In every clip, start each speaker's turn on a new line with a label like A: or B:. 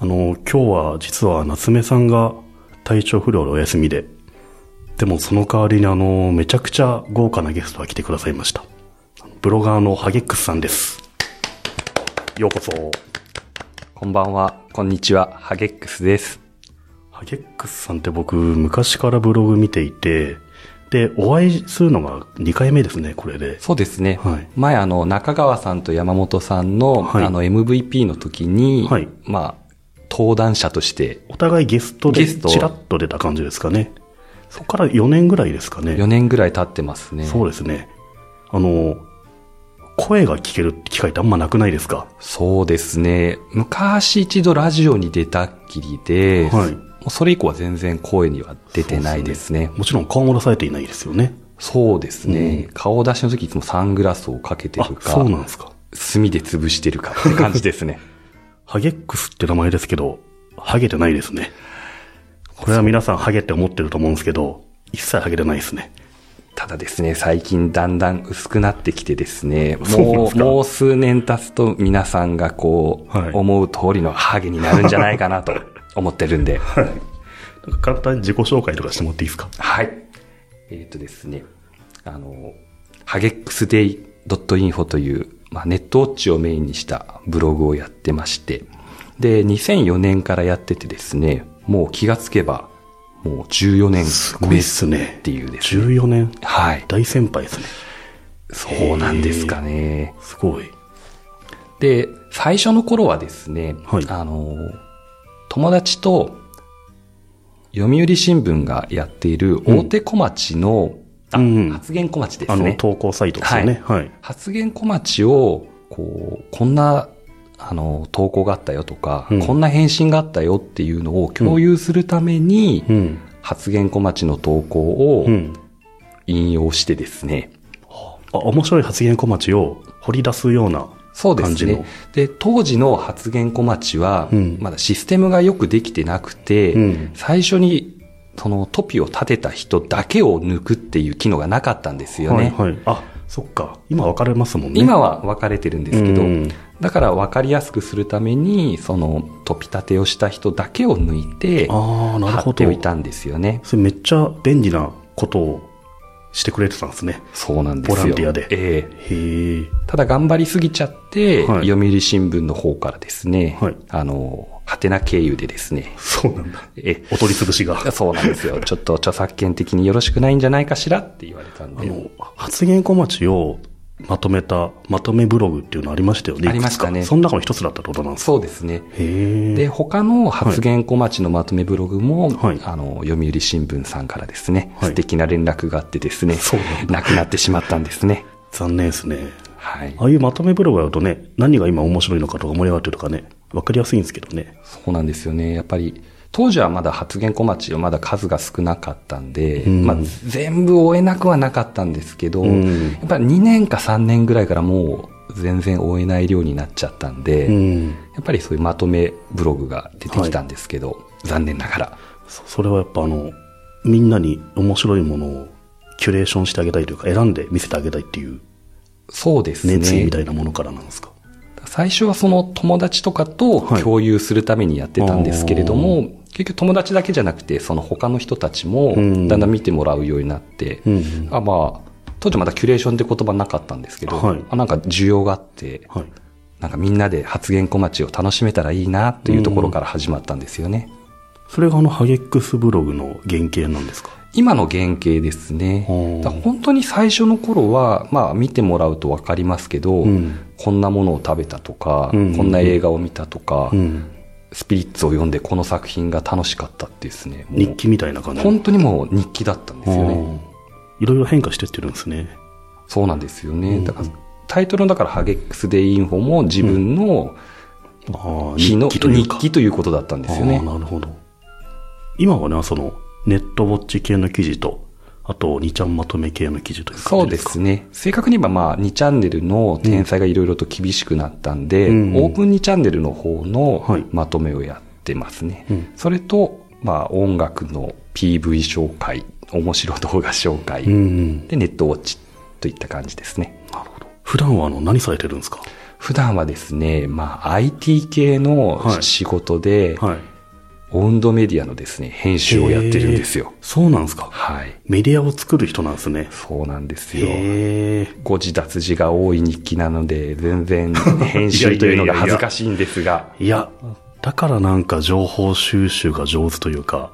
A: あの、今日は実は夏目さんが体調不良でお休みで、でもその代わりにあの、めちゃくちゃ豪華なゲストが来てくださいました。ブロガーのハゲックスさんです。ようこそ。
B: こんばんは、こんにちは、ハゲックスです。
A: ハゲックスさんって僕、昔からブログ見ていて、で、お会いするのが2回目ですね、これで。
B: そうですね。
A: はい
B: 前、あの、中川さんと山本さんの、
A: はい
B: あの、MVP の時に、
A: はい
B: まあ、登壇者として、
A: お互いゲストで
B: ゲスト
A: チラッと出た感じですかね。そこから4年ぐらいですかね。
B: 4年ぐらい経ってますね。
A: そうですね。あの、声が聞ける機会ってあんまなくないですか
B: そうですね。昔一度ラジオに出たっきりで、
A: はい
B: もうそれ以降は全然声には出てないですね。
A: もちろん顔も出されていないですよね。
B: そうですね。顔出しの時いつもサングラスをかけて
A: あ
B: る、か
A: そう、なんですか。
B: 墨で潰してるかって感じですね。
A: ハゲックスって名前ですけど、ハゲてないですね。これは皆さんハゲって思ってると思うんですけど、一切ハゲてないですね。
B: ただですね、最近だんだん薄くなってきてですね、
A: そうなんで
B: も
A: す
B: う、
A: か
B: もう数年経つと皆さんがこう、
A: はい
B: 思う通りのハゲになるんじゃないか なと思ってるんで、はい。
A: なんか簡単に自己紹介とかしてもらっていいですか
B: えっ、とですね、あの、ハゲックスデイ .info という、まあ、ネットウォッチをメインにしたブログをやってまして、で、2004年からやっててですね、もう気がつけば、もう14年
A: すごいっすね。
B: っていうですね。
A: 14年。
B: はい。
A: 大先輩ですね。
B: そうなんですかね。
A: すごい。
B: で、最初の頃はですね、
A: はい
B: あの、友達と、読売新聞がやっている大手小町の、あ
A: うん
B: 発言小町で
A: あ
B: す
A: の、
B: ね。
A: 投稿サイトですよね。はい。
B: 発言小町を、こう、こんな、あの、投稿があったよとか、
A: うん
B: こんな返信があったよっていうのを共有するために、
A: うん。
B: 発言小町の投稿
A: う
B: を
A: ん。
B: 引用してですね、
A: あ、面白い発言小町を掘り出すような。
B: そうです
A: 感
B: ね。で、当時の発言小町は、
A: うん
B: まだシステムがよくできてなくて、
A: うん
B: 最初に、そのトピを立てた人だけを抜くっていう機能がなかったんですよね。
A: はいはい。あ、そっか。今分かれますもんね。
B: 今は分かれてるんですけど、
A: うん
B: だから分かりやすくするために、そのトピ立てをした人だけを抜いて、
A: ああ、なる
B: 貼
A: ほど
B: ってお。いたんですよね。
A: それめっちゃ便利なことをしてくれてたんですね。
B: そうなんですよ。
A: ボランティアで
B: ええ
A: へえ。
B: ただ頑張りすぎちゃって、
A: はい
B: 読売新聞の方からですね、
A: はい
B: あの、ハテナ経由でですね、
A: そうなんだ。
B: え
A: お取り潰しが。
B: そうなんですよ。ちょっと著作権的によろしくないんじゃないかしらって言われたん
A: あ
B: で。
A: の、発言小町をまとめた、まとめブログっていうのありましたよね。
B: ありましたね
A: いくつかその中の一つだったってことなんですか
B: そうですね。
A: へえ。
B: で、他の発言小町のまとめブログも、
A: はい
B: あの、読売新聞さんからですね、
A: はい
B: 素敵な連絡があってですね、
A: そうなん
B: なくなってしまったんですね。
A: 残念ですね。
B: はい。
A: ああいうまとめブログやるとね、何が今面白いのかとか盛り上がってるとかね、わかりやすいんですけどね。
B: そうなんですよね。やっぱり、当時はまだ発言小町はまだ数が少なかったんで、
A: うん
B: まあ、全部終えなくはなかったんですけど、
A: うん
B: やっぱり2年か3年ぐらいからもう全然終えない量になっちゃったんで、
A: うん。
B: やっぱりそういうまとめブログが出てきたんですけど、残念ながら。
A: そそれはやっぱあの、みんなに面白いものをキュレーションしてあげたいというか、選んで見せてあげたいっていう
B: そうです
A: 熱意
B: ね
A: み。たいなものからなんですか。
B: 最初はその友達とかと
A: はい
B: 共有するためにやってたんですけれども、結局友達だけじゃなくて、その他の人たちも
A: うん
B: だんだん見てもらうようになって、
A: うんうん
B: あまあ、当時まだキュレーションって言葉なかったんですけど、
A: はい
B: あなんか需要があって、
A: はい。
B: なんかみんなで発言小町を楽しめたらいいなというところから始まったんですよね。
A: それがあの、ハゲックスブログの原型なんですか。
B: 今の原型ですね
A: ほ。う
B: だから本当に最初の頃は、まあ見てもらうとわかりますけど、
A: うん
B: こんなものを食べたとか、
A: うん
B: こんな映画を見たとか、
A: うん。
B: スピリッツを読んでこの作品が楽しかったってですね。もう
A: 日記みたいな感じ。
B: 本当にもう日記だったんですよね。
A: うんいろいろ変化してってるんですね。
B: そうなんですよね。
A: うん
B: だからタイトルのだからハゲックスデイインフォも自分の
A: ああ、
B: 日の、
A: 日記というか。
B: 日記ということだったんですよ
A: あ
B: ね
A: ー。なるほど。今はね、その、ネットウォッチ系の記事と、あと、2ちゃんまとめ系の記事という感
B: そう
A: じで
B: です
A: か。
B: すね。正確に言えば、まあ、2チャンネルの天才がいろいろと厳しくなったんで、
A: うん
B: オープン2チャンネルの方
A: はい
B: のまとめをやってますね。
A: うん
B: それと、まあ、音楽の PV 紹介、面白動画紹介、
A: うんうん。
B: で、ネットウォッチといった感じですね。
A: なるほど。普段はあの、何されてるんですか
B: 普段はですね、まあ、IT 系
A: は
B: の
A: い
B: 仕事で、
A: はい。
B: オウンドメディアのですね、編集をやってるんですよ
A: へー。そうなんですか。
B: はい。
A: メディアを作る人なんですね。
B: そうなんですよ。
A: へえ。
B: 誤字脱字が多い日記なので、全然編集というのが恥ずかしいんですが、
A: いや、だからなんか情報収集が上手というか、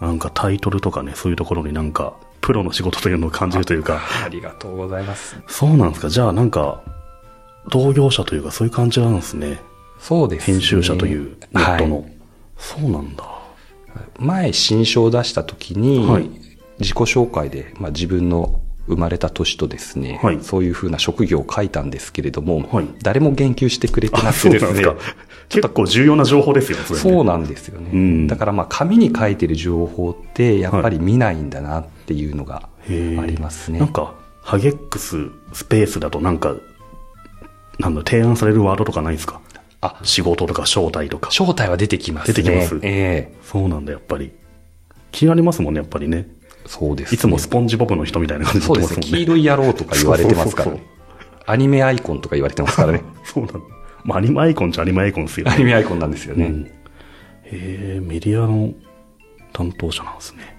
A: なんかタイトルとかね、そういうところになんか、プロの仕事というのを感じるというか、
B: ありがとうございます。
A: そうなんですか。じゃあなんか、同業者というかそういう感じなんですね。
B: そうです、ね。
A: 編集者というネットの。
B: はい
A: そうなんだ。
B: 前、新書を出した時に、
A: はい
B: 自己紹介で、まあ、自分の生まれた年とですね、
A: はい
B: そういうふうな職業を書いたんですけれども、
A: はい
B: 誰も言及してくれてな
A: あ、
B: く
A: そ
B: て
A: うな
B: で
A: んですす
B: ね
A: か。。結構重要な情報ですよ、それね
B: そうなんですよね。
A: うん
B: だからまあ紙に書いてる情報ってやっぱり見ないんだなっていうのがあ
A: へー
B: りますね。
A: なんか、ハゲックススペースだとなんか、なんだ、提案されるワードとかないですか
B: あ、
A: 仕事とか招待とか。
B: 正体は出てきますね。
A: 出てきます
B: ええ
A: そうなんだ、やっぱり。気になりますもんね、やっぱりね。
B: そうです、
A: いつもスポンジボブの人みたいな感じ
B: そう
A: で
B: で
A: 言って
B: すね。
A: ますもん
B: 黄
A: ね。
B: 色い野郎とか言われてますから、ね
A: そうそう
B: アニメアイコンとか言われてますからね。
A: そうなんだ。まあ、アニメアイコンっちゃアニメアイコンですよ
B: ア
A: ね。
B: ニメアイコンなんですよね。
A: うんへえ、メディアの担当者なんですね。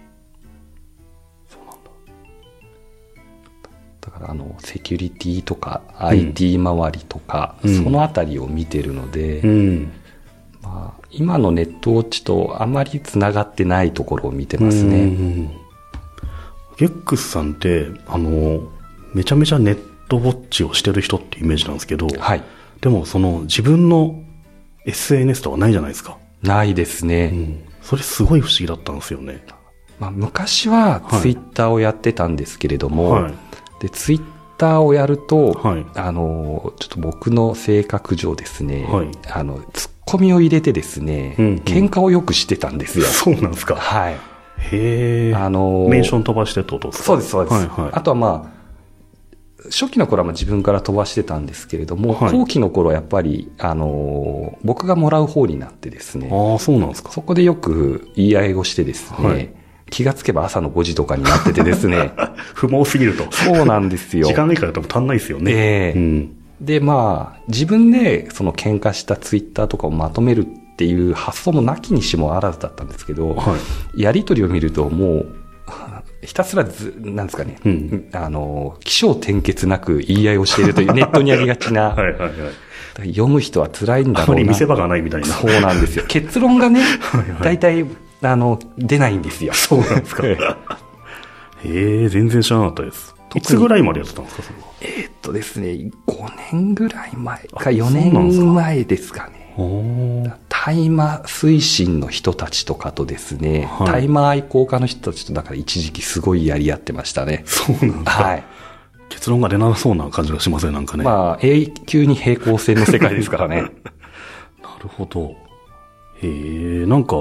B: だからあの、セキュリティとか IT 周りとか、
A: うん
B: そのあたりを見てるので、
A: うん。
B: まあ、今のネットウォッチとあまりつながってないところを見てますね。
A: ね。ゲックスさんって、あの、めちゃめちゃネットウォッチをしてる人ってイメージなんですけど、
B: はい。
A: でもその自分の SNS とかないじゃないですか。
B: ないですね。
A: うん。それすごい不思議だったんですよね。
B: まあ、昔は
A: はい
B: ツイッターをやってたんですけれども、
A: はい
B: でツイッターをやると、
A: はい
B: あのちょっと僕の性格上ですね、
A: はい
B: あのツッコミを入れてですね、
A: うんうん
B: 喧嘩をよくしてたんですよ。
A: そうなんですか。
B: はい、
A: へえ。
B: あの
A: メンション飛ばしてってことですか
B: そうですそうです、
A: はいはい。
B: あとはまあ初期の頃はまあ自分から飛ばしてたんですけれども、
A: はい
B: 後期の頃はやっぱり、あの僕がもらう方になってですね
A: ああ、そうなんですか。
B: そこでよく言い合いをしてですね、
A: はい
B: 気がつけば朝の5時とかになっててで すね、
A: 不毛すぎ ると。
B: そうなんですよ。
A: 時間以下だと足んないですよね。
B: ええ
A: うん。
B: で、まあ、自分でその喧嘩したツイッターとかをまとめるっていう発想もなきにしもあらずだったんですけど、
A: は
B: やりとりを見るともう、ひたすらず、なんですかね、
A: うん
B: あの、気象転結なく言い合いをしているというネットにありがちな、
A: い。はいはいはい。
B: だから読む人は辛いんだ
A: あま
B: ろう
A: り
B: な。
A: 見せ場がないみたいな。
B: そうなんで すよ。結論がね、
A: はい
B: 大体、あの、出ないんですよ。そうなんですか。
A: へえ、全然知らなかったです。い
B: 特に
A: つぐらいまでやってたんですか、それは。
B: えーっとですね、5年ぐらい前か、4
A: そうなんですか
B: 年前ですかね。
A: おー
B: 大麻推進の人たちとかとですね、
A: はい
B: 大麻愛好家の人たちとだから一時期すごいやり合ってましたね。
A: そうなんですか。
B: はい。
A: 結論が出なそうな感じがしません、なんかね。
B: まあ、永久に平行線の世界ですか ら
A: な
B: ね。
A: るほど。へえ、なんか、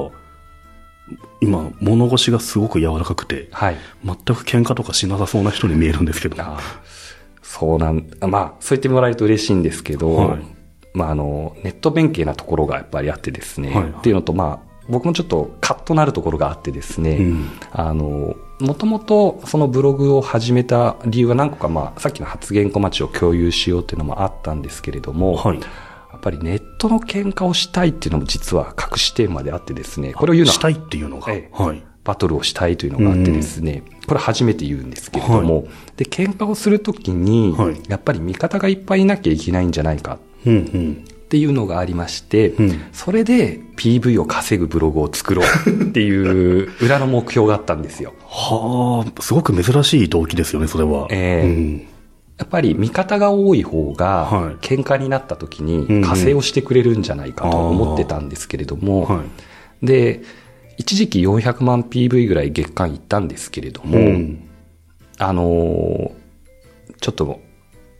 A: 今、物腰がすごく柔らかくて、
B: はい。
A: 全く喧嘩とかしなさそうな人に見えるんですけど。
B: あそうなん、まあ、そう言ってもらえると嬉しいんですけど、
A: はい
B: まあ、あの、ネット弁慶なところがやっぱりあってですね、
A: はいはい
B: っていうのと、まあ、僕もちょっとカッとなるところがあってですね、
A: うん
B: あの、もともとそのブログを始めた理由は何個か、まあ、さっきの発言小町を共有しようっていうのもあったんですけれども、
A: はい。
B: やっぱりネットの喧嘩をしたいっていうのも実は隠しテーマであってですね、これを言うの
A: した
B: はい
A: っていうのが。
B: ええ
A: はい。
B: バトルをしたいというのがあってですね、これ初めて言うんですけれども、で、喧嘩をするときに、
A: はい
B: やっぱり味方がいっぱいいなきゃいけないんじゃないか
A: うんうん。
B: っていうのがありまして、
A: うん
B: それで PV を稼ぐブログを作ろうっていう裏の目標があったんですよ。
A: はあ、すごく珍しい動機ですよね、それは。
B: ええ
A: うん
B: やっぱり味方が多い方
A: は
B: が
A: い、
B: 喧嘩になった時
A: うんうん
B: に加勢をしてくれるんじゃないかと思ってたんですけれども、
A: は
B: で、一時期400万 PV ぐらい月間行ったんですけれど
A: い。
B: も、あのーちょっと、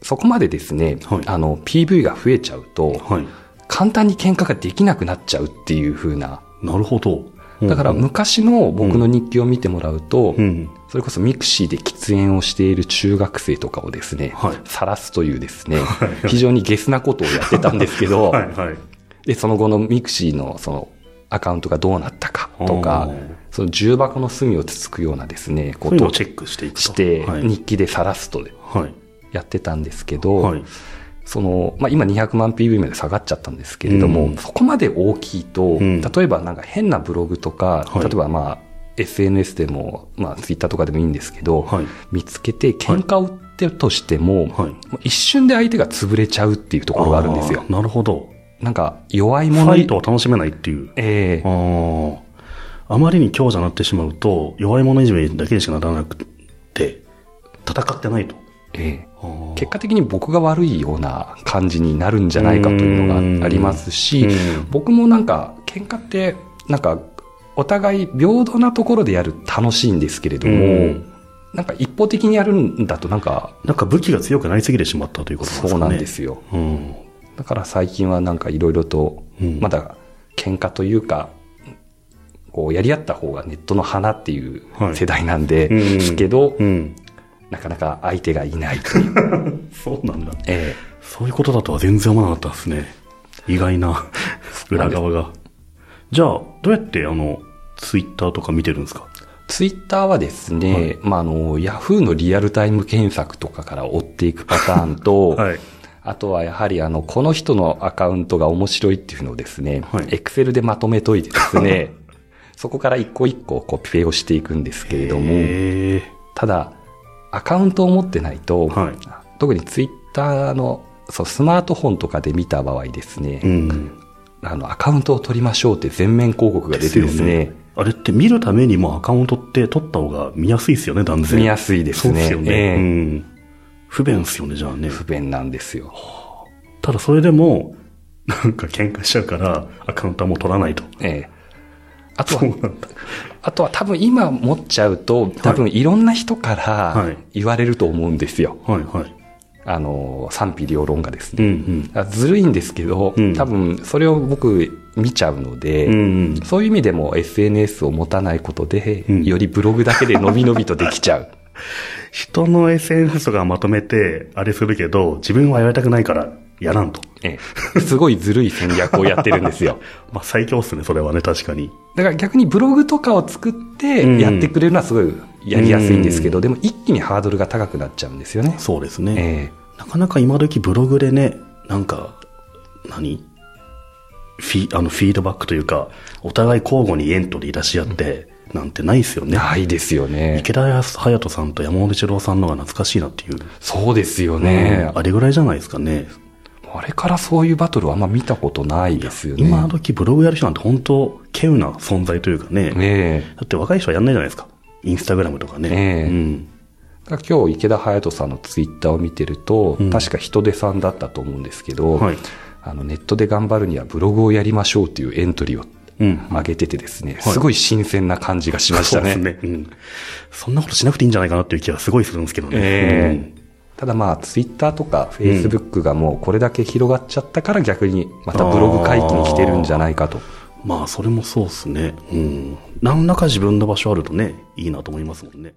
B: そこまでですね、
A: はい
B: あの、PV が増えちゃうと、
A: はい。
B: 簡単に喧嘩ができなくなっちゃうっていう風な、
A: なるほど。
B: だから昔の僕の日記を見てもらうと、
A: うん、
B: それこそミクシーで喫煙をしている中学生とかをですね
A: はい、
B: さらすというですね、非常にゲスなことをやってたんですけど、
A: はいはい。
B: で、その後のミクシーのそのアカウントがどうなったかとか
A: おー、
B: その重箱の隅をつつくようなですね、こ
A: そういうの
B: と
A: を
B: を
A: チェックしていくと。
B: して
A: は、い。
B: 日記でさらすと
A: はい。
B: やってたんですけど、
A: はい。
B: その、まあ、今200万 PV まで下がっちゃったんですけれども、
A: うん
B: そこまで大きいと、
A: ん
B: 例えばなんか変なブログとか、
A: はい
B: 例えばまあ、SNS でも、まあ、ツイッターとかでもいいんですけど、
A: はい
B: 見つけて喧嘩を売ってとしても、
A: はい
B: もう一瞬で相手が潰れちゃうっていうところがあるんですよ
A: ー。なるほど。
B: なんか、弱い
A: フ
B: もの
A: ァ
B: に
A: イトを楽しめないっていう。
B: ええ
A: ああ。あまりに強者になってしまうと、弱い者いじめだけにしかならなくて、戦ってないと。
B: ええ
A: あー
B: 結果的に僕が悪いような感じになるんじゃないかというのがありますし
A: う、ん
B: 僕もなんか、喧嘩って、なんか、お互い平等なところでやる楽しいんですけれども、
A: うん
B: なんか一方的にやるんだとなんか、
A: なんか武器が強くなりすぎてしまったということですかね。
B: そうなんで。すよ。
A: うん。
B: だから最近はなんかいろいろと、
A: うん
B: まだ喧嘩というか、こうやり合った方がネットの花っていう
A: はい
B: 世代なんで、
A: うん
B: すけど、
A: うん。
B: なかなか相手がいない という。
A: そうなんだ。
B: え
A: そういうことだとは全然思わなかったですね。意外な裏側が。じゃあ、どうやってあの、ツイッターとか見てるんですか
B: ツイッターはですね、
A: はい
B: まあ、あの、ヤフーのリアルタイム検索とかから追っていくパターンと、
A: はい。
B: あとはやはりあの、この人のアカウントが面白いっていうのをですね、
A: はい
B: エクセルでまとめといてで すね、そこから一個一個コピペをしていくんですけれども、
A: へえ。
B: ただ、アカウントを持ってないと、
A: はい
B: 特にツイッターのそうスマートフォンとかで見た場合ですね、
A: うん。
B: あの、アカウントを取りましょうって全面広告が出てですね、
A: あれって見るためにもアカウントって取った方が見やすいですよね、断然。
B: 見やすいです
A: そ
B: ね。
A: うですよね。
B: ええ
A: うん。不便ですよね、じゃあね。
B: 不便なんですよ。
A: ただそれでも、 なんか喧嘩しちゃうから、アカウントはもう取らないと。
B: ええ。あと
A: そう
B: は、
A: なんだ。
B: あとは多分今持っちゃうと、多分いろんな人から
A: い
B: 言われると思うんですよ。
A: はいはい。
B: あの、賛否両論がです
A: う
B: ね。
A: ん
B: あずるいんですけど、
A: うん
B: 多分それを僕見ちゃうので、
A: うん。うん
B: そういう意味でも SNS を持たないことで、
A: うん
B: よりブログだけでのびのびとでき ちゃう。
A: 人の SNS とかまとめて、あれするけど、自分はやりたくないから、やらんと。
B: ええすごいずるい戦略をやってるんですよ。
A: まあ最強っすね、それはね、確かに。
B: だから逆にブログとかを作ってやってくれるのはすごいやりやすいんですけど、でも一気にハードルが高くなっちゃうんですよね。
A: そうですね。
B: ええ
A: なかなか今時ブログでね、なんか、何フィあのフィードバックというか、お互い交互にエントリー出し合って、なんてないですよね。
B: ないですよね。
A: 池田隼人さんと山本一郎さんのが懐かしいなっていう。
B: そうですよね。
A: あれぐらいじゃないですかね。
B: あれからそういうバトルはあんま見たことないですよね。
A: 今時ブログやる人なんて本当、稀有な存在というかね。
B: ねえ。
A: だって若い人はやんないじゃないですか。インスタグラムとかね。
B: ええ
A: うん。
B: だから今日池田隼人さんのツイッターを見てると、
A: うん
B: 確か人手さんだったと思うんですけど、
A: はい
B: あのネットで頑張るにはブログをやりましょうっていうエントリーを
A: うん。
B: 上げててですね、
A: はい
B: すごい新鮮な感じがしましたね。
A: そうですね、うん。そんなことしなくていいんじゃないかなっていう気がすごいするんですけどね。
B: ええただまあ、ツイッターとかフェイスブックがもうこれだけ広がっちゃったから逆にまたブログ回帰に来てるんじゃないかと。
A: うんまあ、それもそうですね。うん。何らか自分の場所あるとね、いいなと思いますもんね。